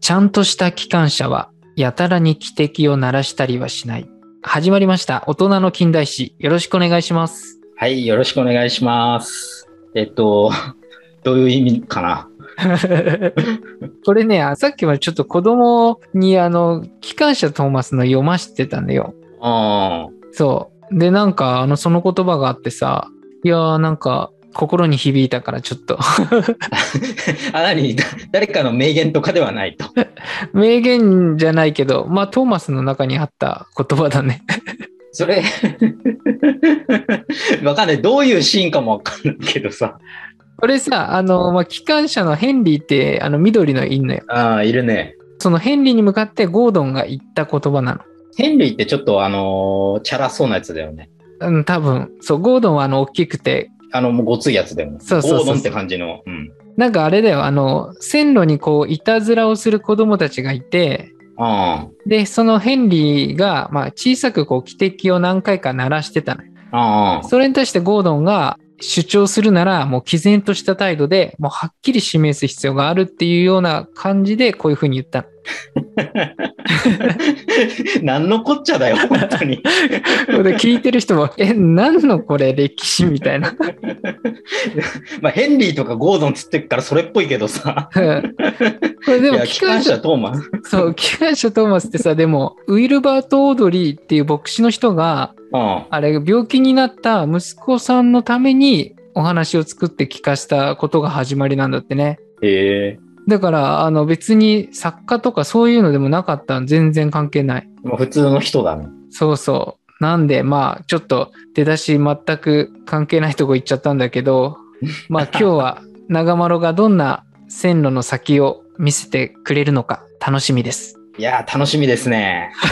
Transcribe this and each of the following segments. ちゃんとした機関車は、やたらに汽笛を鳴らしたりはしない。始まりました。大人の近代史。よろしくお願いします。はい、よろしくお願いします。えっと、 どういう意味かなこれね、あさっきまでちょっと子供に、あの、機関車トーマスの読ましてたんだよ。あーそう。で、なんか、あの、その言葉があってさ、いやー、なんか、心に響いたから、ちょっと。 あ、なに、だ誰かの名言とかではないと。名言じゃないけど、まあ、トーマスの中にあった言葉だね。それ、 わかんない。どういうシーンかもわかんないけどさ。これさ、あの、まあ、機関車のヘンリーって、あの、緑のいんのよ。ああ、いるね。そのヘンリーに向かってゴードンが言った言葉なの。ヘンリーってちょっとあのーチャラそうなやつだよね。うん、多分。そう、ゴードンはあの、大きくて、あの、もうごついやつだよね。そうそうそうそうゴードンって感じの。うん。なんかあれだよ、あの、線路にこう、いたずらをする子供たちがいて、あで、そのヘンリーが、まあ、小さくこう、汽笛を何回か鳴らしてたのよ。あ、ああ、それに対してゴードンが主張するなら、もう毅然とした態度で、もうはっきり示す必要があるっていうような感じで、こういうふうに言ったの。 何のこっちゃだよ、本当に。で聞いてる人も、え、何のこれ歴史みたいな。 まあ、ヘンリーとかゴードンつってっからそれっぽいけどさ。うんこれでいもや、機機関関車、車トーマス。そう、 機関車トーマスってさ、でも、ウィルバート・オードリーっていう牧師の人が、うん。あれ、病気になった息子さんのためにお話を作って聞かせたことが始まりなんだってね。へえ。だから、あの別に作家とかそういうのでもなかったの全然関係ない。まあ普通の人だね。そうそう。なんで、まあ、ちょっと出だし全く関係ないとこ行っちゃったんだけど、まあ今日は長丸がどんな線路の先を見せてくれるのか楽しみです。いやー、楽しみですね。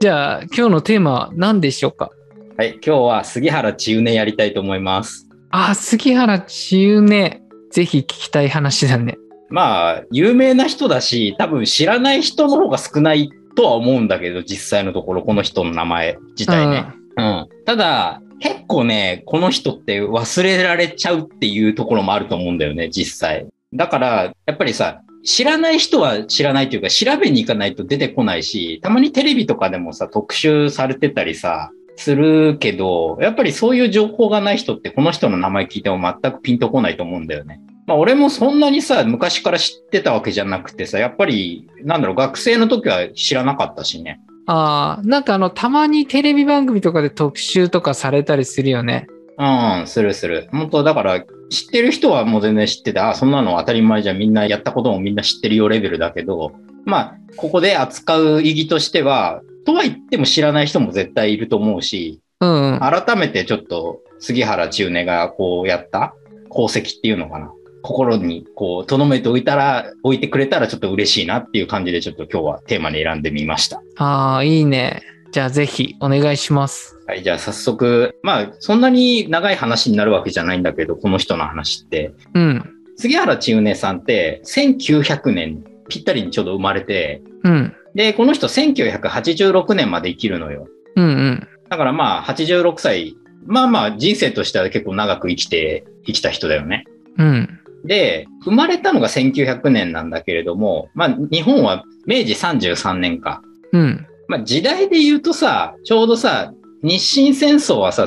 じゃあ今日のテーマは何でしょうかはい、今日は杉原千畝やりたいと思います。あ、杉原千畝ね。ぜひ聞きたい話だね。まあ、有名な人だし、多分知らない人の方が少ないとは思うんだけど、実際のところ、この人の名前自体ね。うん。ただ、結構ね、この人って忘れられちゃうっていうところもあると思うんだよね、実際。だから、やっぱりさ、知らない人は知らないというか、調べに行かないと出てこないし、たまにテレビとかでもさ、特集されてたりさ、するけど、やっぱりそういう情報がない人って、この人の名前聞いても全くピンとこないと思うんだよね。まあ、俺もそんなにさ、昔から知ってたわけじゃなくてさ、やっぱり、なんだろう、学生の時は知らなかったしね。ああ、なんかあの、たまにテレビ番組とかで特集とかされたりするよね。うん、するする。本当だから、知ってる人はもう全然知ってて、あ、そんなの当たり前じゃんみんなやったこともみんな知ってるよレベルだけど、まあ、ここで扱う意義としては、とは言っても知らない人も絶対いると思うし、うんうん。改めてちょっと杉原千畝がこうやった功績っていうのかな。心にこう、留めておいたら、置いてくれたらちょっと嬉しいなっていう感じでちょっと今日はテーマに選んでみました。ああ、いいね。じゃあぜひお願いします。はい、じゃあ早速、まあ、そんなに長い話になるわけじゃないんだけど、この人の話って。うん。杉原千畝さんって1900年ぴったりにちょうど生まれて、うん。で、この人1986年まで生きるのよ。うんうん。だからまあ86歳、まあまあ人生としては結構長く生きて、生きた人だよね。うん。で、生まれたのが1900年なんだけれども、まあ日本は明治33年か。うん。まあ時代で言うとさ、ちょうどさ、日清戦争はさ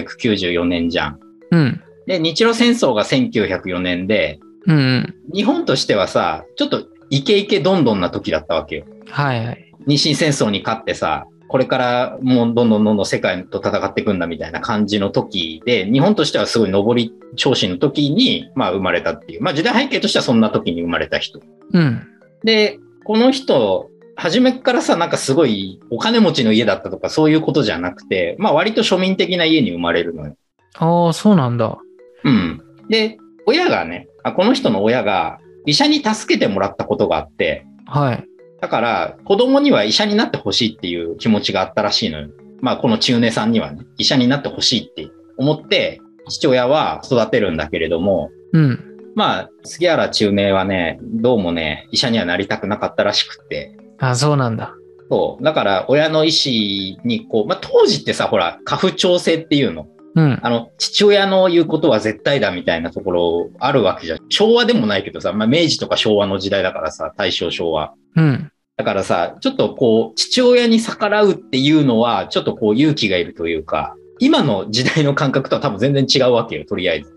1894年じゃん。うん。で、日露戦争が1904年で、うんうん。日本としてはさ、ちょっとイケイケどんどんな時だったわけよ。はいはい。日清戦争に勝ってさ、これからもうどんどんどんどん世界と戦っていくんだみたいな感じの時で、日本としてはすごい上り調子の時に、まあ生まれたっていう。まあ時代背景としてはそんな時に生まれた人。うん。で、この人、初めからさ、なんかすごいお金持ちの家だったとかそういうことじゃなくて、まあ割と庶民的な家に生まれるのよ。ああ、そうなんだ。うん。で、親がね、あこの人の親が医者に助けてもらったことがあって、はい。だから、子供には医者になってほしいっていう気持ちがあったらしいのよ。まあ、この中根さんにはね、医者になってほしいって思って、父親は育てるんだけれども、うん。まあ、杉原中根はね、どうもね、医者にはなりたくなかったらしくて、あそうなんだ。そう。だから、親の意思に、こう、まあ、当時ってさ、ほら、家父調整っていうの。うん。あの、父親の言うことは絶対だみたいなところあるわけじゃん。昭和でもないけどさ、まあ、明治とか昭和の時代だからさ、大正昭和。うん。だからさ、ちょっとこう、父親に逆らうっていうのは、ちょっとこう勇気がいるというか、今の時代の感覚とは多分全然違うわけよ、とりあえず。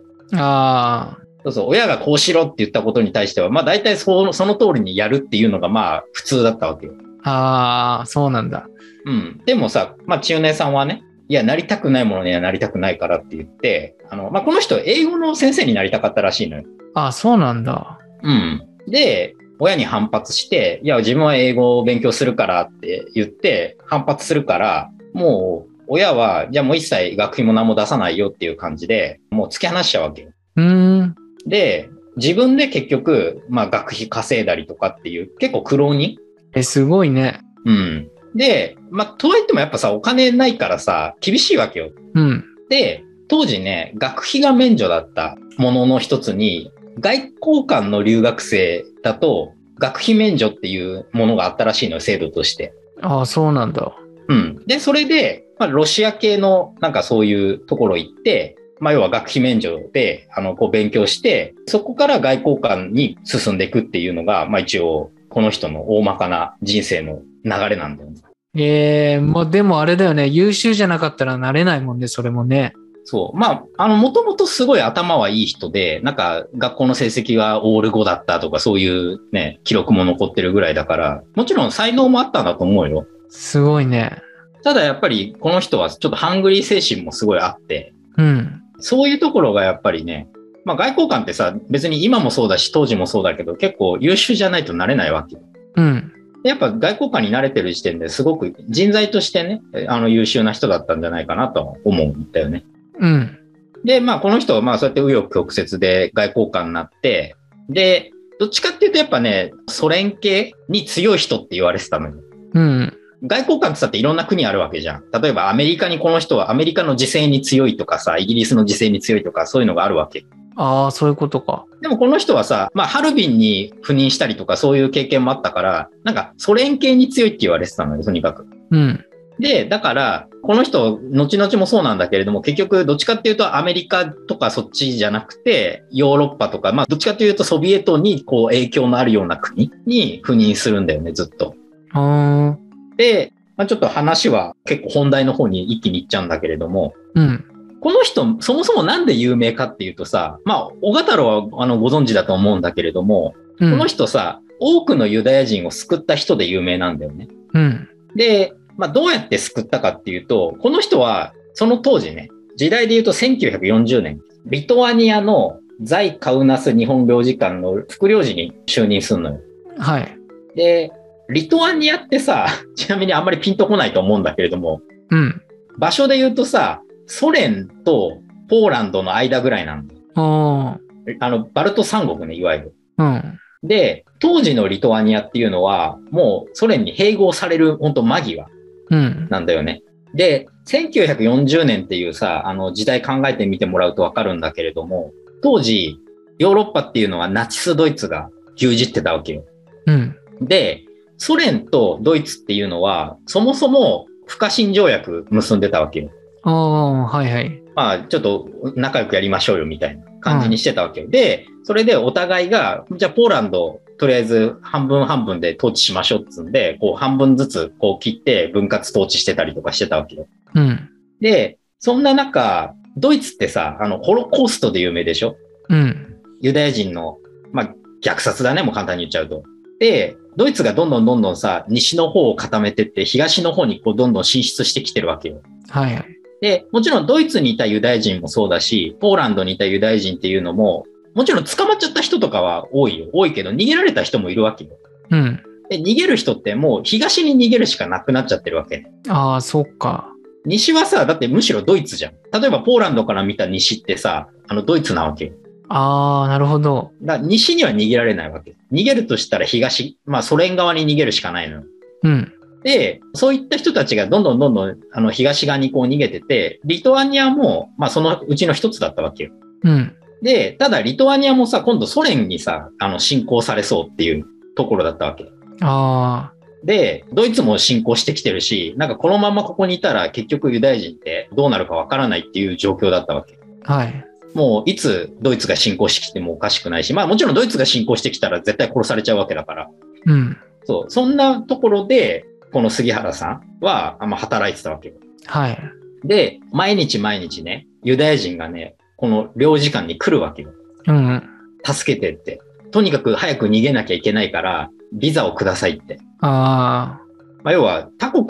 あそうそう、親がこうしろって言ったことに対しては、まあ大体そのその通りにやるっていうのがまあ普通だったわけよ。あ、ああ、そうなんだ。うん。でもさ、まあ、中年さんはね、いや、なりたくないものにはなりたくないからって言って、あの、まあ、この人、英語の先生になりたかったらしいのよ。ああ、そうなんだ。うん。で、親に反発して、いや、自分は英語を勉強するからって言って、反発するから、もう、親は、じゃあもう一切学費も何も出さないよっていう感じで、もう突き放しちゃうわけよ。うーん。で、自分で結局、まあ、学費稼いだりとかっていう、結構苦労人え、すごいね。うん。で、まあ、とはいってもやっぱさ、お金ないからさ、厳しいわけよ。うん。で、当時ね、学費が免除だったものの一つに、外交官の留学生だと、学費免除っていうものがあったらしいのよ、制度として。ああ、そうなんだ。うん。で、それで、まあ、ロシア系の、なんかそういうところ行って、まあ、要は学費免除で、あの、こう勉強して、そこから外交官に進んでいくっていうのが、まあ一応、この人の大まかな人生の流れなんだよね。ええまあでもあれだよね。優秀じゃなかったらなれないもんね、それもね。そう。まあ、あの、もともとすごい頭はいい人で、なんか、学校の成績がオール5だったとか、そういうね、記録も残ってるぐらいだから、もちろん才能もあったんだと思うよ。すごいね。ただやっぱり、この人はちょっとハングリー精神もすごいあって、うん。そういうところがやっぱりね、まあ、外交官ってさ、別に今もそうだし、当時もそうだけど、結構優秀じゃないとなれないわけよ。うん。でやっぱ外交官に慣れてる時点ですごく人材としてね、あの優秀な人だったんじゃないかなとは思うんだよね。うん。で、まあ、この人は、まあ、そうやって紆余曲折で外交官になって、で、どっちかっていうと、やっぱね、ソ連系に強い人って言われてたのよ。うん。外交官ってさっていろんな国あるわけじゃん。例えばアメリカにこの人はアメリカの時勢に強いとかさ、イギリスの時勢に強いとかそういうのがあるわけ。ああ、そういうことか。でもこの人はさ、まあハルビンに赴任したりとかそういう経験もあったから、なんかソ連系に強いって言われてたのよ、とにかく。うん。で、だから、この人、後々もそうなんだけれども、結局、どっちかっていうと、アメリカとかそっちじゃなくて、ヨーロッパとか、まあ、どっちかというと、ソビエトに、こう、影響のあるような国に赴任するんだよね、ずっと。ああ。で、まあ、ちょっと話は結構本題の方に一気に行っちゃうんだけれども、うん。この人、そもそもなんで有名かっていうとさ、まあ、小型太郎は、あの、ご存知だと思うんだけれども、うん。この人さ、多くのユダヤ人を救った人で有名なんだよね。うん。で、まあ、どうやって救ったかっていうと、この人は、その当時ね、時代で言うと1940年、リトアニアの在カウナス日本領事館の副領事に就任するのよ。はい。で、リトアニアってさ、 ちなみにあんまりピンとこないと思うんだけれども、うん。場所で言うとさ、ソ連とポーランドの間ぐらいなんだよ。ああの、バルト三国ね、いわゆる。あ。うん。で、当時のリトアニアっていうのは、もうソ連に併合される、本当間際。うん。なんだよね。で、1940年っていうさ、あの時代考えてみてもらうとわかるんだけれども、当時、ヨーロッパっていうのはナチスドイツが牛耳ってたわけよ。うん。で、ソ連とドイツっていうのは、そもそも不可侵条約結んでたわけよ。ああ、はいはい。まあ、ちょっと仲良くやりましょうよみたいな感じにしてたわけよ。で、それでお互いが、じゃあポーランド、とりあえず半分半分で統治しましょうっつうんで、こう半分ずつこう切って分割統治してたりとかしてたわけよ。うん。で、そんな中、ドイツってさ、あの、ホロコーストで有名でしょうん。ユダヤ人の、まあ、虐殺だね、もう簡単に言っちゃうと。で、ドイツがどんどんどんどんさ、西の方を固めてって、東の方にこう、どんどん進出してきてるわけよ。はいはい。で、もちろんドイツにいたユダヤ人もそうだし、ポーランドにいたユダヤ人っていうのも、もちろん捕まっちゃった人とかは多いよ。多いけど、逃げられた人もいるわけよ。うん。で、逃げる人ってもう東に逃げるしかなくなっちゃってるわけ。ああ、そっか。西はさ、だってむしろドイツじゃん。例えばポーランドから見た西ってさ、あのドイツなわけよ。ああ、なるほど。だから西には逃げられないわけ。逃げるとしたら東、まあソ連側に逃げるしかないのよ。うん。で、そういった人たちがどんどんどんどんあの東側にこう逃げてて、リトアニアも、まあそのうちの一つだったわけよ。うん。で、ただリトアニアもさ、今度ソ連にさ、あの侵攻されそうっていうところだったわけ。ああ。で、ドイツも侵攻してきてるし、なんかこのままここにいたら結局ユダヤ人ってどうなるかわからないっていう状況だったわけ。はい。もういつドイツが侵攻してきてもおかしくないし、まあもちろんドイツが侵攻してきたら絶対殺されちゃうわけだから。うん。そう、そんなところで、この杉原さんは、あまあ働いてたわけ。はい。で、毎日毎日ね、ユダヤ人がね、この領事館に来るわけよ。うんうん。助けてって。とにかく早く逃げなきゃいけないから、ビザをくださいって。あまあ、要は、他国、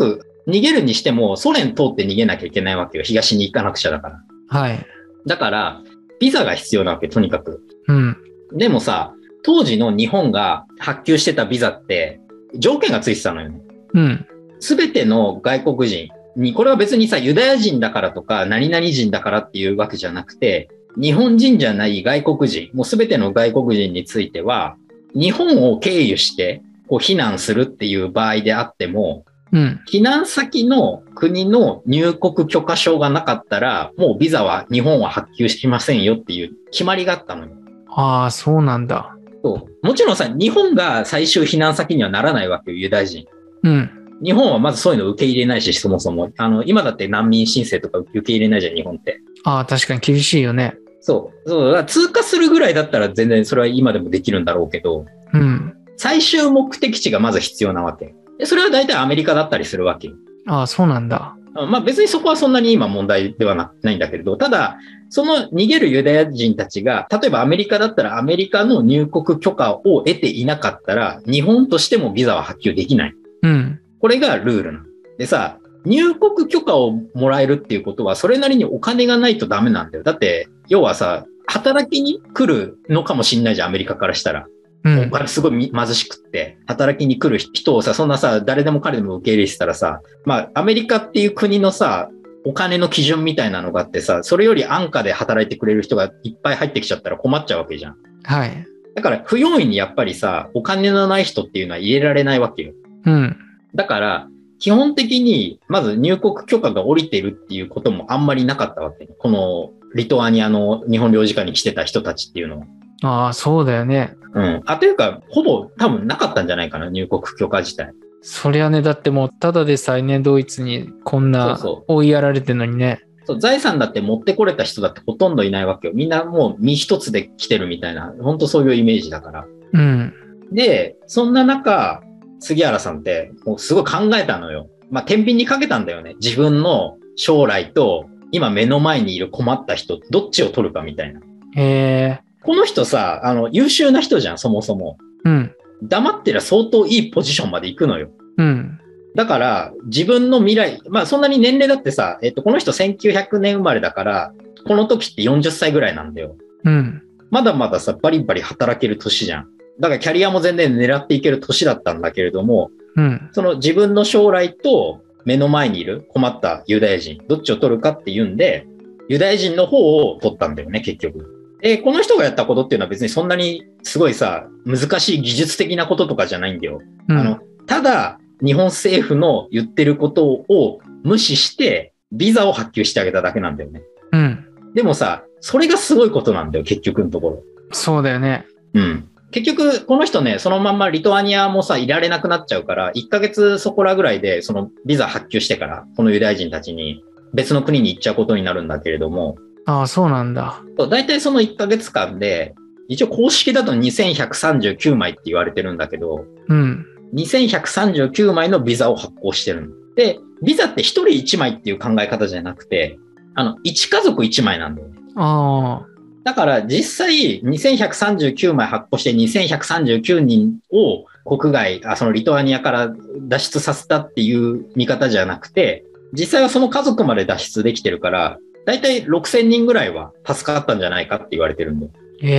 逃げるにしても、ソ連通って逃げなきゃいけないわけよ。東に行かなくちゃだから。あ。はい。だから、ビザが必要なわけ、とにかく。うん。でもさ、当時の日本が発給してたビザって、条件がついてたのよね。うん。すべての外国人に、これは別にさ、ユダヤ人だからとか、何々人だからっていうわけじゃなくて、日本人じゃない外国人、もうすべての外国人については、日本を経由して、こう避難するっていう場合であっても、うん。避難先の国の入国許可証がなかったら、もうビザは日本は発給しませんよっていう決まりがあったのよ。ああ、そうなんだ。そうもちろんさ、日本が最終避難先にはならないわけよ、ユダヤ人。うん。日本はまずそういうの受け入れないし、そもそも。あの、今だって難民申請とか受け入れないじゃん、日本って。ああ、確かに厳しいよね。そう。そう。だから通過するぐらいだったら全然それは今でもできるんだろうけど、うん。最終目的地がまず必要なわけ。でそれは大体アメリカだったりするわけ。ああ、そうなんだ。うんまあ別にそこはそんなに今問題ではなないんだけれど、ただ、その逃げるユダヤ人たちが、例えばアメリカだったらアメリカの入国許可を得ていなかったら、日本としてもビザは発給できない。うん。これがルールなの。でさ、入国許可をもらえるっていうことは、それなりにお金がないとダメなんだよ。だって、要はさ、働きに来るのかもしんないじゃん、アメリカからしたら。うおん。金すごいみ貧しくって、働きに来る人をさ、そんなさ、誰でも彼でも受け入れてたらさ、まあ、アメリカっていう国のさ、お金の基準みたいなのがあってさ、それより安価で働いてくれる人がいっぱい入ってきちゃったら困っちゃうわけじゃん。はい。だから、不用意にやっぱりさ、お金のない人っていうのは入れられないわけよ。うん。だから、基本的に、まず入国許可が下りてるっていうこともあんまりなかったわけね。この、リトアニアの日本領事館に来てた人たちっていうのは。ああ、そうだよね。うん。あ、というか、ほぼ多分なかったんじゃないかな、入国許可自体。そりゃね、だってもう、ただでさえね、ドイツにこんなそうそ追いやられてんのにね。そう、財産だって持ってこれた人だってほとんどいないわけよ。みんなもう身一つで来てるみたいな、ほんとそういうイメージだから。うん。で、そんな中、杉原さんって、もうすごい考えたのよ。まあ、天秤にかけたんだよね。自分の将来と、今目の前にいる困った人、どっちを取るかみたいな。へえ。この人さ、あの、優秀な人じゃん、そもそも。うん。黙ってりゃ相当いいポジションまで行くのよ。うん。だから、自分の未来、まあ、そんなに年齢だってさ、えっと、この人1900年生まれだから、この時って40歳ぐらいなんだよ。うん。まだまださ、バリバリ働ける年じゃん。だからキャリアも全然狙っていける年だったんだけれども、うん。その自分の将来と目の前にいる困ったユダヤ人、どっちを取るかっていうんで、ユダヤ人の方を取ったんだよね、結局。で、この人がやったことっていうのは別にそんなにすごいさ、難しい技術的なこととかじゃないんだよ。うんあの、ただ、日本政府の言ってることを無視して、ビザを発給してあげただけなんだよね。うん。でもさ、それがすごいことなんだよ、結局のところ。そうだよね。うん。結局、この人ね、そのまんまリトアニアもさ、いられなくなっちゃうから、1ヶ月そこらぐらいで、そのビザ発給してから、このユダヤ人たちに別の国に行っちゃうことになるんだけれども、ああ、そうなんだ。そう大体その1ヶ月間で、一応公式だと2139枚って言われてるんだけど、うん。 2139枚のビザを発行してるの。で、ビザって1人1枚っていう考え方じゃなくて、あの、1家族1枚なんだよね。あだから実際2139枚発行して2139人を国外、あそのリトアニアから脱出させたっていう見方じゃなくて、実際はその家族まで脱出できてるから、だいたい6000人ぐらいは助かったんじゃないかって言われてるんで。あ。へ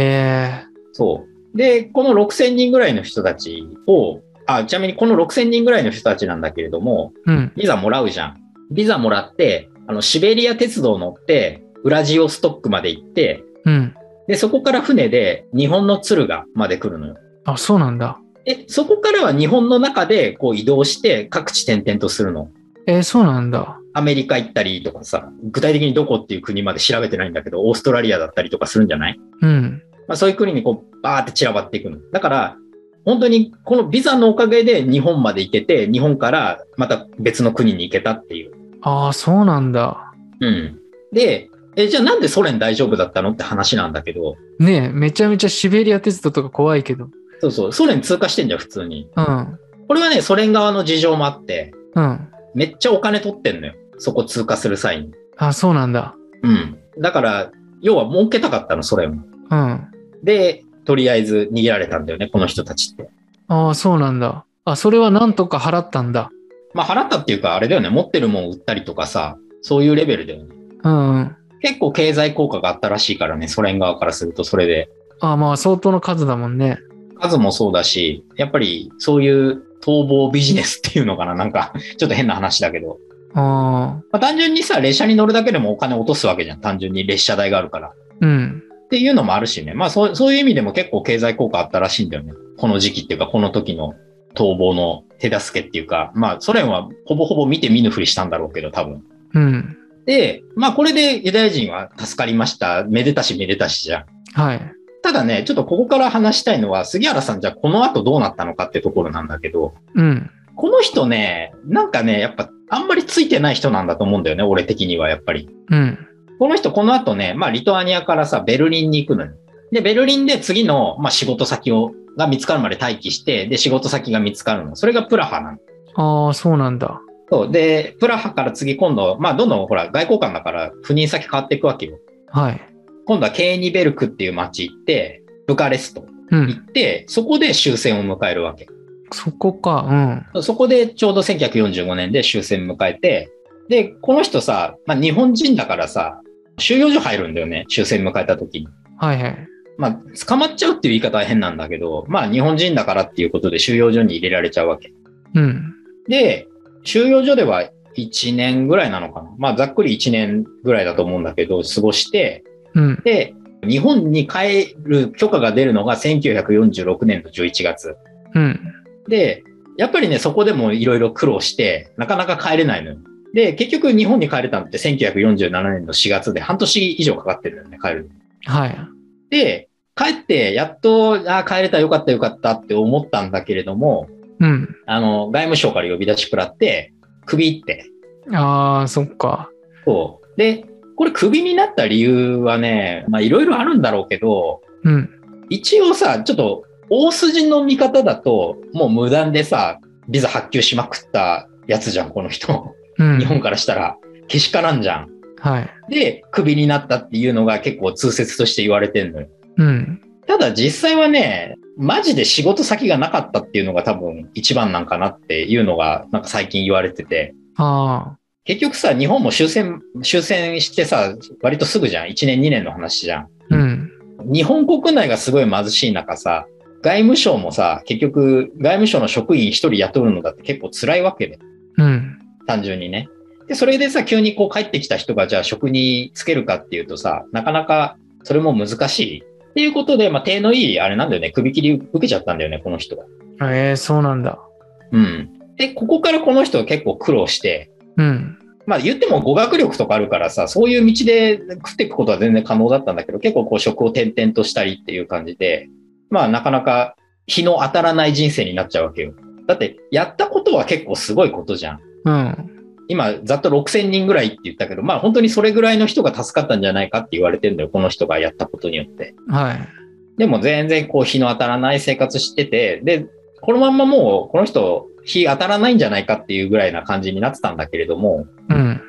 え。そう。で、この6000人ぐらいの人たちを、あ、ちなみにこの6000人ぐらいの人たちなんだけれども、うん。ビザもらうじゃん。ビザもらって、あの、シベリア鉄道乗って、ウラジオストックまで行って、うん。で、そこから船で日本の敦賀まで来るのよ。あ、そうなんだ。で、そこからは日本の中でこう移動して各地転々とするの。えーそうなんだ。アメリカ行ったりとかさ、具体的にどこっていう国まで調べてないんだけど、オーストラリアだったりとかするんじゃないうん。まあそういう国にこう、バーって散らばっていくの。だから、本当にこのビザのおかげで日本まで行けて、日本からまた別の国に行けたっていう。ああ、そうなんだ。うん。で、え、じゃあなんでソ連大丈夫だったのって話なんだけど、ねえ、めちゃめちゃシベリア鉄道とか怖いけど。そうそう、ソ連通過してんじゃん、普通に。うん。これはね、ソ連側の事情もあって、うん。めっちゃお金取ってんのよ。そこ通過する際に。あそうなんだ。うん。だから、要は儲けたかったの、ソ連も。うん。あで、とりあえず逃げられたんだよね、この人たちって。あ、そうなんだ。あ、それはなんとか払ったんだ。まあ、払ったっていうか、あれだよね、持ってるもん売ったりとかさ、そういうレベルだよね。うん、うん。結構経済効果があったらしいからね、ソ連側からするとそれで。ああ、まあ相当の数だもんね。数もそうだし、やっぱりそういう逃亡ビジネスっていうのかな、なんか、ちょっと変な話だけど。ああ、まあ、単純にさ、列車に乗るだけでもお金落とすわけじゃん、単純に列車代があるから。うん。っていうのもあるしね。まあそう、そういう意味でも結構経済効果あったらしいんだよね。この時期っていうか、この時の逃亡の手助けっていうか、まあソ連はほぼほぼ見て見ぬふりしたんだろうけど、多分。うん。で、まあこれでユダヤ人は助かりました。めでたしめでたしじゃん。はい。ただね、ちょっとここから話したいのは、杉原さんじゃあこの後どうなったのかってところなんだけど、うん。この人ね、なんかね、やっぱあんまりついてない人なんだと思うんだよね、俺的にはやっぱり。うん。この人、この後ね、まあ、リトアニアからさ、ベルリンに行くのよ。で、ベルリンで次の、まあ、仕事先を、が見つかるまで待機して、で、仕事先が見つかるの。それがプラハなの。ああ、そうなんだ。そう。で、プラハから次今度、まあ、どんどんほら、外交官だから赴任先変わっていくわけよ。はい。今度はケーニベルクっていう町行って、ブカレストう行ん。って、そこで終戦を迎えるわけ。そこか。うん。そこでちょうど1945年で終戦迎えて、で、この人さ、まあ、日本人だからさ、収容所入るんだよね、終戦迎えた時に。はいはい。まあ、捕まっちゃうっていう言い方は変なんだけど、まあ、日本人だからっていうことで収容所に入れられちゃうわけ。うん。で、収容所では1年ぐらいなのかな。まあ、ざっくり1年ぐらいだと思うんだけど、過ごして、うん。で、日本に帰る許可が出るのが1946年の11月。うん。で、やっぱりね、そこでもいろいろ苦労して、なかなか帰れないのよ。で、結局日本に帰れたのって1947年の4月で半年以上かかってるんだよね、帰るのはい。で、帰って、やっと、あー帰れた、よかった、よかったって思ったんだけれども、うん。あの、外務省から呼び出し食らって、クビって。ああ、そっか。そう。で、これクビになった理由はね、まあいろいろあるんだろうけど、うん。一応さ、ちょっと、大筋の見方だと、もう無断でさ、ビザ発給しまくったやつじゃん、この人。うん。日本からしたら、けしからんじゃん。はい。で、クビになったっていうのが結構通説として言われてんのよ。うん。ただ実際はね、マジで仕事先がなかったっていうのが多分一番なんかなっていうのがなんか最近言われてて、あ結局さ、日本も終戦、終戦してさ、割とすぐじゃん。1年2年の話じゃん。あ。うん。日本国内がすごい貧しい中さ、外務省もさ、結局外務省の職員一人雇うのだって結構辛いわけで、うん。単純にね。で、それでさ、急にこう帰ってきた人がじゃあ職につけるかっていうとさ、なかなかそれも難しい。っていうことで、まあ、手のいい、あれなんだよね、首切り受けちゃったんだよね、この人は。ええー、そうなんだ。うん。で、ここからこの人は結構苦労して、うん。まあ言っても語学力とかあるからさ、そういう道で食っていくことは全然可能だったんだけど、結構こう職を転々としたりっていう感じで、まあなかなか日の当たらない人生になっちゃうわけよ。だって、やったことは結構すごいことじゃん。うん。今、ざっと6000人ぐらいって言ったけど、まあ本当にそれぐらいの人が助かったんじゃないかって言われてんだよ、この人がやったことによって。はい。でも全然こう日の当たらない生活してて、で、このまんまもうこの人日当たらないんじゃないかっていうぐらいな感じになってたんだけれども、うん。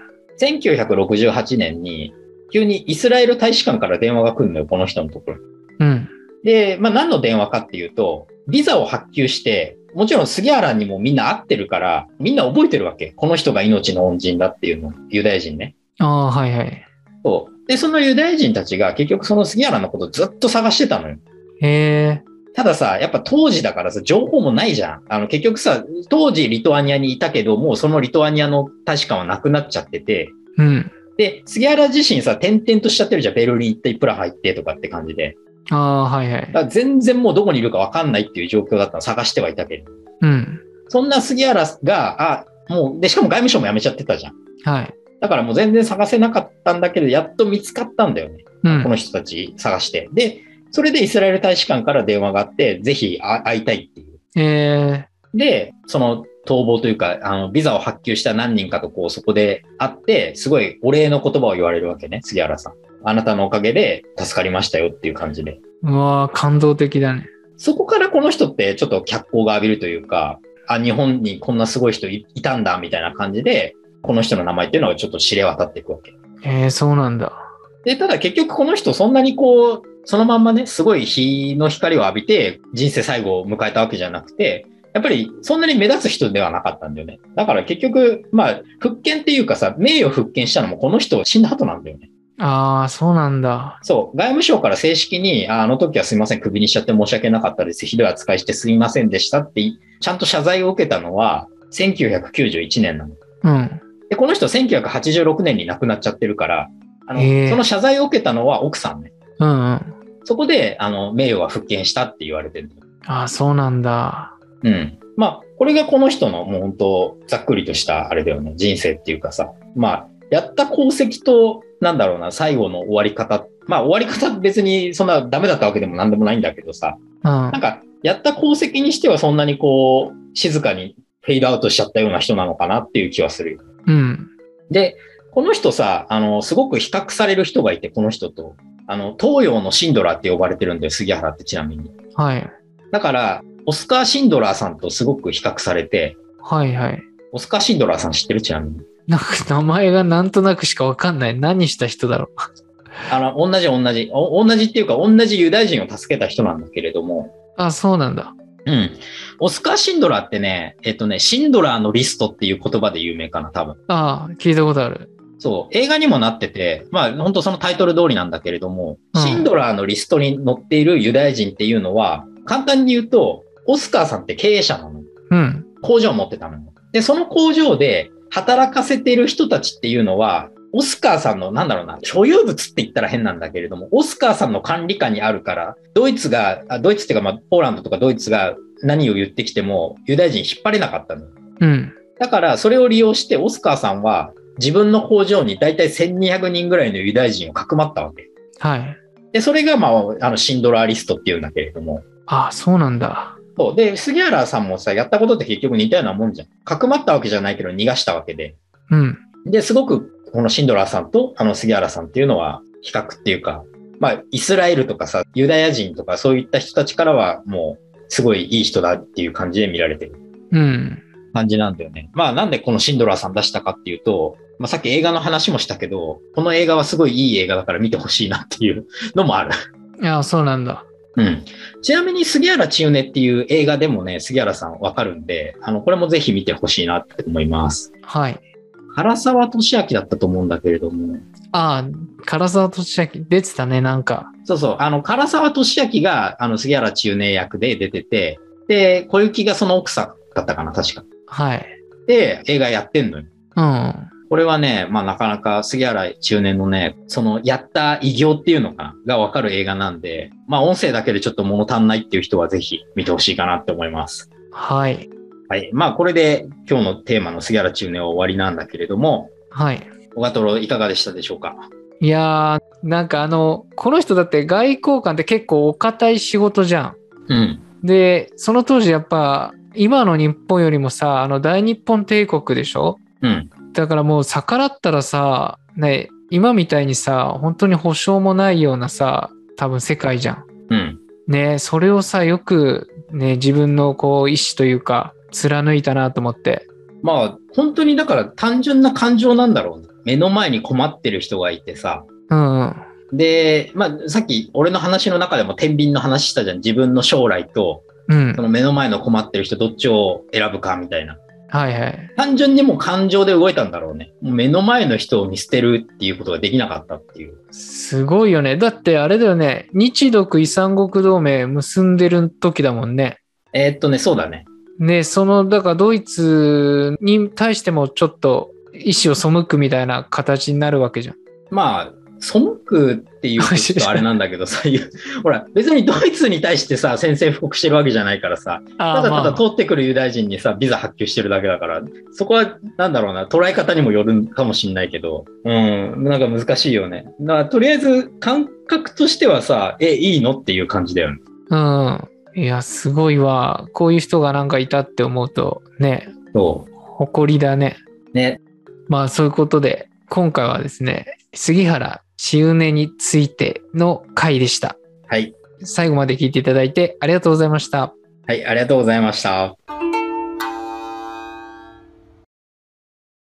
1968年に急にイスラエル大使館から電話が来るのよ、この人のところに。うん。で、まあ何の電話かっていうと、ビザを発給して、もちろん杉原にもみんな会ってるから、みんな覚えてるわけ。この人が命の恩人だっていうの、ユダヤ人ね。ああ、はいはい。そう。で、そのユダヤ人たちが結局その杉原のことずっと探してたのよ。ええたださ、やっぱ当時だからさ、情報もないじゃん。あの、結局さ、当時リトアニアにいたけど、もうそのリトアニアの大使館はなくなっちゃってて、うん。で、杉原自身さ、転々としちゃってるじゃん。ベルリン行って、プラハ行ってとかって感じで。ああ、はいはいだか。ら全然もうどこにいるかわかんないっていう状況だったの。探してはいたけど。うん。そんな杉原が、あ、もう、で、しかも外務省も辞めちゃってたじゃん。はい。だからもう全然探せなかったんだけど、やっと見つかったんだよね。うこのん。人たち探して。で、それでイスラエル大使館から電話があって、ぜひあ会いたいっていう。えで、その逃亡というか、あの、ビザを発給した何人かとこう、そこで会って、すごいお礼の言葉を言われるわけね、杉原さん。あなたのおかげで助かりましたよっていう感じで。ー、うわー感動的だね。そこからこの人ってちょっと脚光が浴びるというか、あ、日本にこんなすごい人いいたんだ、みたいな感じで、この人の名前っていうのがちょっと知れ渡っていくわけ。えー、そうなんだ。で、ただ結局この人そんなにこう、そのまんまね、すごい日の光を浴びて人生最後を迎えたわけじゃなくて、やっぱりそんなに目立つ人ではなかったんだよね。だから結局、まあ、復権っていうかさ、名誉復権したのもこの人死んだ後なんだよね。ああ、そうなんだ。そう、外務省から正式に、ああの時はすいません、クビにしちゃって申し訳なかったです。ひどい扱いしてすいませんでしたって、ちゃんと謝罪を受けたのは、1991年なの。うん。で、この人1986年に亡くなっちゃってるから、あの、へえその謝罪を受けたのは奥さんね。うんうん。そこで、あの、名誉は復権したって言われてる。ああ、そうなんだ。うん。まあ、これがこの人のもう本当、ざっくりとしたあれだよね、人生っていうかさ。まあ、やった功績と、なんだろうな、最後の終わり方。まあ、終わり方別にそんなダメだったわけでもなんでもないんだけどさ。うんなん。か、やった功績にしてはそんなにこう、静かにフェイドアウトしちゃったような人なのかなっていう気はするよ。うん。で、この人さ、あの、すごく比較される人がいて、この人と。あの、東洋のシンドラーって呼ばれてるんだよ、杉原ってちなみに。はい。だから、オスカー・シンドラーさんとすごく比較されて、はいはい。オスカー・シンドラーさん知ってるちなみに。 なんか名前がなんとなくしかわかんない。何した人だろあの、同じ同じ。お同じっていうか、同じユダヤ人を助けた人なんだけれども、う。あ、そうなんだ。うん。オスカー・シンドラーってね、えっとね、シンドラーのリストっていう言葉で有名かな、多分。ああ、聞いたことある。そう、映画にもなってて、まあ、本当そのタイトル通りなんだけれども、うんシンドラーのリストに載っているユダヤ人っていうのは、簡単に言うと、オスカーさんって経営者なの。うん。工場を持ってたのよ。で、その工場で働かせてる人たちっていうのは、オスカーさんの、なんだろうな、所有物って言ったら変なんだけれども、オスカーさんの管理下にあるから、ドイツが、あドイツっていうか、まあ、ポーランドとかドイツが何を言ってきても、ユダヤ人引っ張れなかったのよ。うん。だから、それを利用して、オスカーさんは、自分の工場に大体1200人ぐらいのユダヤ人をかくまったわけ。はい。で、それが、まあ、あの、シンドラーリストっていうんだけれども、ああ、そうなんだ。そう。で、杉原さんもさ、やったことって結局似たようなもんじゃん。かくまったわけじゃないけど、逃がしたわけで。うん。で、すごく、このシンドラーさんと、あの、杉原さんっていうのは、比較っていうか、まあ、イスラエルとかさ、ユダヤ人とか、そういった人たちからは、もう、すごいいい人だっていう感じで見られてるうん。感じなんだよね。まあ、なんでこのシンドラーさん出したかっていうと、まあ、さっき映画の話もしたけど、この映画はすごいいい映画だから見てほしいなっていうのもある。ああ、そうなんだ。うん。ちなみに杉原千畝っていう映画でもね、杉原さんわかるんで、あの、これもぜひ見てほしいなって思います。はい。原沢俊明だったと思うんだけれども、ああ、唐沢俊明出てたね、なんか。そうそう、あの、唐沢俊明が、あの、杉原千畝役で出てて、で、小雪がその奥さんだったかな、確か。はい。で、映画やってんのよ。うん。これはね、まあなかなか杉原中年のね、そのやった偉業っていうのかながわかる映画なんで、まあ音声だけでちょっと物足んないっていう人はぜひ見てほしいかなって思います。はい。はい。まあ、これで今日のテーマの杉原中年は終わりなんだけれども、はい。小ガトロいかがでしたでしょうかいやー、なんかあの、この人だって外交官って結構お堅い仕事じゃん。うん。で、その当時やっぱ、今の日本よりもさ、あの大日本帝国でしょうん。だからもう逆らったらさ、ね、今みたいにさ、本当に保証もないようなさ、多分世界じゃん。うん。ね、それをさ、よくね、自分のこう意志というか、貫いたなと思って。まあ、本当にだから単純な感情なんだろうね。目の前に困ってる人がいてさ。うんうん。で、まあ、さっき俺の話の中でも天秤の話したじゃん。自分の将来と、うんそ。の目の前の困ってる人どっちを選ぶかみたいな。はいはい。単純にもう感情で動いたんだろうね。もう目の前の人を見捨てるっていうことができなかったっていう。すごいよね。だってあれだよね。日独遺産国同盟結んでる時だもんね。えーっとね、そうだね。ね、その、だからドイツに対してもちょっと意志を背くみたいな形になるわけじゃん。まあ、背くっていうとちょっとあれなんだけどさ、 いうほら、別にドイツに対してさ、宣戦布告してるわけじゃないからさ、あたーだまたあだ通ってくるユダヤ人にさ、ビザ発給してるだけだから、そこは、なんだろうな、捉え方にもよるかもしんないけど、うん、なんか難しいよね。だからとりあえず、感覚としてはさ、え、いいのっていう感じだよね。うん。いや、すごいわ。こういう人がなんかいたって思うと、ね、そ誇りだね。う。ね。まあ、そういうことで、今回はですね、杉原千畝についての回でした。はい。最後まで聞いていただいてありがとうございました。はい、ありがとうございました。